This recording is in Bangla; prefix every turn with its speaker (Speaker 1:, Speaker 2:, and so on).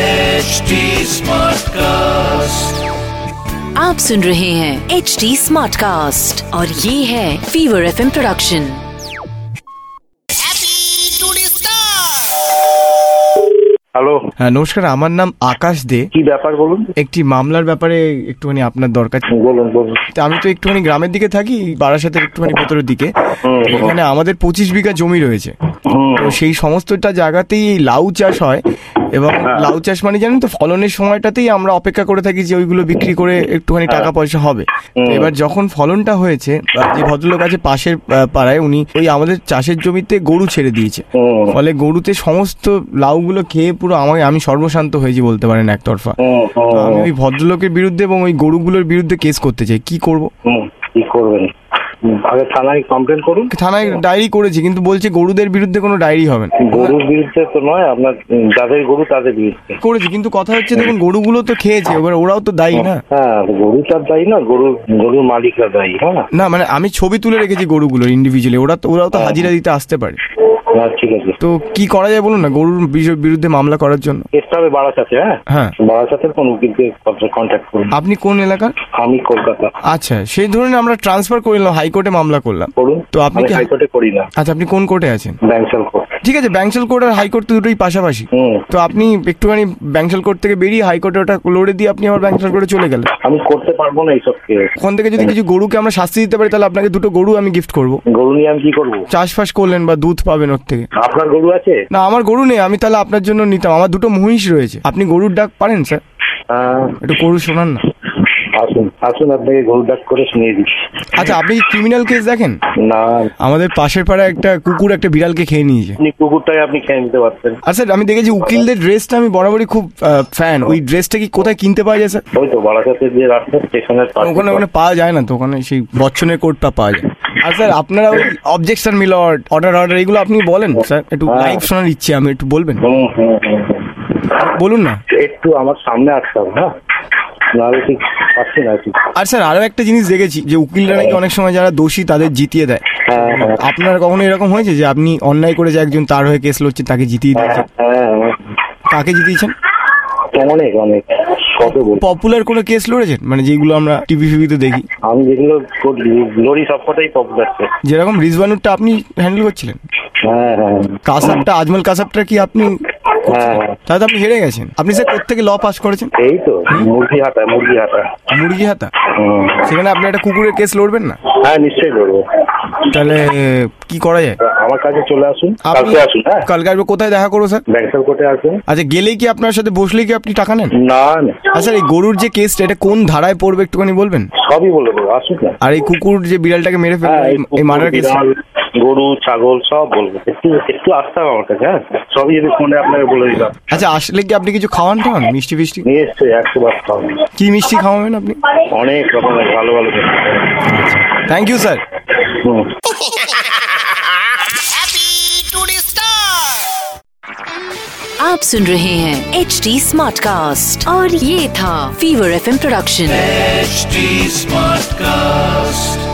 Speaker 1: HD Smartcast.
Speaker 2: आप सुन रहे हैं एच डी स्मार्ट कास्ट और ये है फीवर एफ प्रोडक्शन
Speaker 3: হ্যালো
Speaker 4: হ্যাঁ নমস্কার আমার নাম আকাশ দে
Speaker 3: কি ব্যাপার বলুন
Speaker 4: একটি মামলার ব্যাপারে একটুখানি আপনার দরকার ছিল।
Speaker 3: বলুন বলুন
Speaker 4: তা আমি তো একটুখানি গ্রামের দিকে থাকি বারাসাতের একটুখানি ভেতরের দিকে তো এখানে আমাদের পঁচিশ বিঘা জমি রয়েছে তো সেই সমস্তটা জায়গাতেই এই লাউ চাষ হয় এবং
Speaker 3: হ্যাঁ।
Speaker 4: লাউ চাষ মানে জানেন তো ফলনের সময়টাতেই আমরা অপেক্ষা করে থাকি যে ওইগুলো বিক্রি করে একটুখানি
Speaker 3: হ্যাঁ।
Speaker 4: টাকা পয়সা হবে তো এবার যখন ফলনটা হয়েছে আহ, যে ভদ্রলোক আছে পাশের আহ, পাড়ায় উনি ওই আমাদের চাষের জমিতে গরু ছেড়ে দিয়েছে
Speaker 3: হুম।
Speaker 4: ফলে গরুতে সমস্ত লাউগুলো খেয়ে পুরো আমাকে আমি সর্বশান্ত হয়েছি বলতে পারেন একতরফা
Speaker 3: হুম, হুম,
Speaker 4: তো আমি ওই ভদ্রলোকের বিরুদ্ধে এবং ওই গরুগুলোর বিরুদ্ধে কেস করতে চাই কি করব
Speaker 3: হুম, কি করবেন হুম, আগে থানায় কমপ্লেন করুন
Speaker 4: থানায় ডায়েরি করেছি কিন্তু বলছে গরুদের বিরুদ্ধে কোনো ডায়েরি হবে না
Speaker 3: গরুর বিরুদ্ধে তো নয় আপনার উম, যাদের গরু তাদের বিরুদ্ধে
Speaker 4: করেছি কিন্তু কথা হচ্ছে দেখুন গরুগুলো তো খেয়েছে এবার ওরাও তো দায়ী না
Speaker 3: হ্যাঁ গরু তার দায়ী না গরু গরুর মালিকরা দায়ী হ্যাঁ
Speaker 4: না মানে আমি ছবি তুলে রেখেছি গরুগুলোর ইন্ডিভিজুয়ালি ওরা তো ওরাও তো হাজিরা দিতে আসতে পারে
Speaker 3: হ্যাঁ ঠিক আছে
Speaker 4: তো কি করা যায় বলুন না গরুর বিষ- বিরুদ্ধে মামলা করার জন্য
Speaker 3: চেষ্টা হবে বারাসাতে হ্যাঁ
Speaker 4: হ্যাঁ
Speaker 3: বারাসাতের কোন উকিলকে কন্ট্যাক্ট করুন
Speaker 4: আপনি কোন এলাকার
Speaker 3: আমি কলকাতা
Speaker 4: আচ্ছা সেই ধরুন আমরা ট্রান্সফার করে নিলাম হাইকোর্টে মামলা করলাম
Speaker 3: করুন
Speaker 4: তো আপনি
Speaker 3: আমি
Speaker 4: কি-
Speaker 3: হাইকোর্টে করি না
Speaker 4: আচ্ছা আপনি কোন কোর্টে আছেন
Speaker 3: ব্যাংসাল কোর্ট
Speaker 4: ঠিক আছে ব্যাংসাল কোর্ট আর হাইকোর্ট তো দুটোই পাশাপাশি
Speaker 3: হুম।
Speaker 4: তো আপনি একটুখানি ব্যাংসাল কোর্ট থেকে বেরিয়ে হাইকোর্টে ওটা লড়ে দিয়ে আপনি আবার ব্যাংসাল কোর্টে চলে গেলেন
Speaker 3: আমি করতে পারবো না এইসব কেস
Speaker 4: ওখান থেকে যদি কিছু গরুকে আমরা শাস্তি দিতে পারি তাহলে আপনাকে দুটো গরু আমি গিফট করবো
Speaker 3: গরু নিয়ে আমি কি করবো
Speaker 4: চাষফাস করলেন বা দুধ পাবেন ওর থেকে
Speaker 3: আপনার গরু আছে
Speaker 4: না আমার গরু নেই আমি তাহলে আপনার জন্য নিতাম আমার দুটো মহিষ রয়েছে আপনি গরুর ডাক পারেন স্যার
Speaker 3: হ্যাঁ,
Speaker 4: একটু গরু শোনান না
Speaker 3: আসুন আসুন আপনাকে গরু ডাক করে শুনিয়ে দিচ্ছি
Speaker 4: আচ্ছা আপনি কি ক্রিমিনাল কেস দেখেন
Speaker 3: না
Speaker 4: আমাদের পাশের পাড়ায় একটা কুকুর একটা বিড়ালকে খেয়ে নিয়েছে
Speaker 3: আপনি কুকুরটাই আপনি খেয়ে নিতে পারতেন
Speaker 4: আর স্যার আমি দেখেছি উকিলদের ড্রেসটা আমি বরাবরই খুব ফ্যান ওই ড্রেসটা কি কোথায় কিনতে পাওয়া যায় স্যার
Speaker 3: ওই তো বারাসাতে যে রাস্তা স্টেশনের পাশে
Speaker 4: ওখানে ওখানে পাওয়া যায় না তো ওখানে সেই বচ্চনের কোডটা পাওয়া যায় আর স্যার আপনারা ওই অবজেকশন মিলট অর্ডার অর্ডার এগুলো আপনি বলেন স্যার একটু
Speaker 3: হ্যাঁ।
Speaker 4: লাইভ শোনার ইচ্ছে আমি একটু বলবেন
Speaker 3: হুম, হুম, হুম, হুম।
Speaker 4: বলুন না
Speaker 3: একটু আমার সামনে আসতে হবে হ্যাঁ নাহলে ঠিক পাচ্ছি না ঠিক
Speaker 4: আর স্যার আরো একটা জিনিস দেখেছি যে উকিলরা নাকি অনেক সময় যারা দোষী তাদের জিতিয়ে দেয়
Speaker 3: হ্যাঁ হ্যাঁ
Speaker 4: আপনার কখনো এরকম হয়েছে যে আপনি অন্যায় করে যে একজন তার হয়ে কেস লড়ছে তাকে জিতিয়ে দিয়েছেন
Speaker 3: হ্যাঁ, হ্যাঁ।
Speaker 4: কাকে জিতিয়েছেন
Speaker 3: অনেক অনেক কত বল
Speaker 4: পপুলার কোনো কেস লড়েছেন মানে যেগুলো আমরা টিভি ফিভিতে দেখি
Speaker 3: আমি যেগুলো করি- লরি সবকটাই পপুলার
Speaker 4: যেরকম রিজবানুরটা আপনি হ্যান্ডেল করছিলেন
Speaker 3: হ্যাঁ হ্যাঁ
Speaker 4: কাসাবটা আজমল কাসাবটা কি আপনি
Speaker 3: হ্যাঁ হ্যাঁ।
Speaker 4: তাহলে তো আপনি হেরে গেছেন আপনি স্যার কোথেকে ল পাস করেছেন
Speaker 3: এই তো মুরগি হাটা মুরগি হাটা
Speaker 4: মুরগি হাতা সেখানে আপনি একটা কুকুরের কেস লড়বেন না
Speaker 3: হ্যাঁ নিশ্চয়ই করবো
Speaker 4: তাহলে কি করা যায়
Speaker 3: আমার কাছে চলে আসুন
Speaker 4: আপনি
Speaker 3: কালকে আসুন হ্যাঁ
Speaker 4: কালকে আসবে কোথায় দেখা করবো স্যার
Speaker 3: ব্যাংসাল কোর্টে আসুন
Speaker 4: আচ্ছা গেলেই কি আপনার সাথে বসলেই কি আপনি টাকা নেন
Speaker 3: না না
Speaker 4: আচ্ছা এই গরুর যে কেসটা এটা কোন ধারায় পড়বে একটুখানি বলবেন
Speaker 3: সবই বলে দেবো আসুন না
Speaker 4: আর এই কুকুর যে বিড়ালটাকে মেরে ফেলবে
Speaker 3: হ্যাঁ, এই
Speaker 4: এই
Speaker 3: কুকুর,
Speaker 4: মার্ডার কেস
Speaker 3: বিড়াল, গরু ছাগল সব বলবো একটু একটু আসতে হবে আমার কাছে হ্যাঁ সবই আমি ফোনে আপনাকে বলে দিলাম
Speaker 4: আচ্ছা আসলে কি আপনি কিছু খাওয়ান টাওয়ান মিষ্টি ফিষ্টি
Speaker 3: নিয়ে এসছে একশো বার খাওয়াবো।
Speaker 4: কি মিষ্টি খাওয়াবেন আপনি
Speaker 3: অনেক রকমের ভালো ভালো জিনিস।
Speaker 4: থ্যাংক ইউ স্যার
Speaker 3: হুম
Speaker 2: आप सुन रहे हैं एच डी स्मार्ट कास्ट और ये था Fever F production
Speaker 1: HD Smartcast.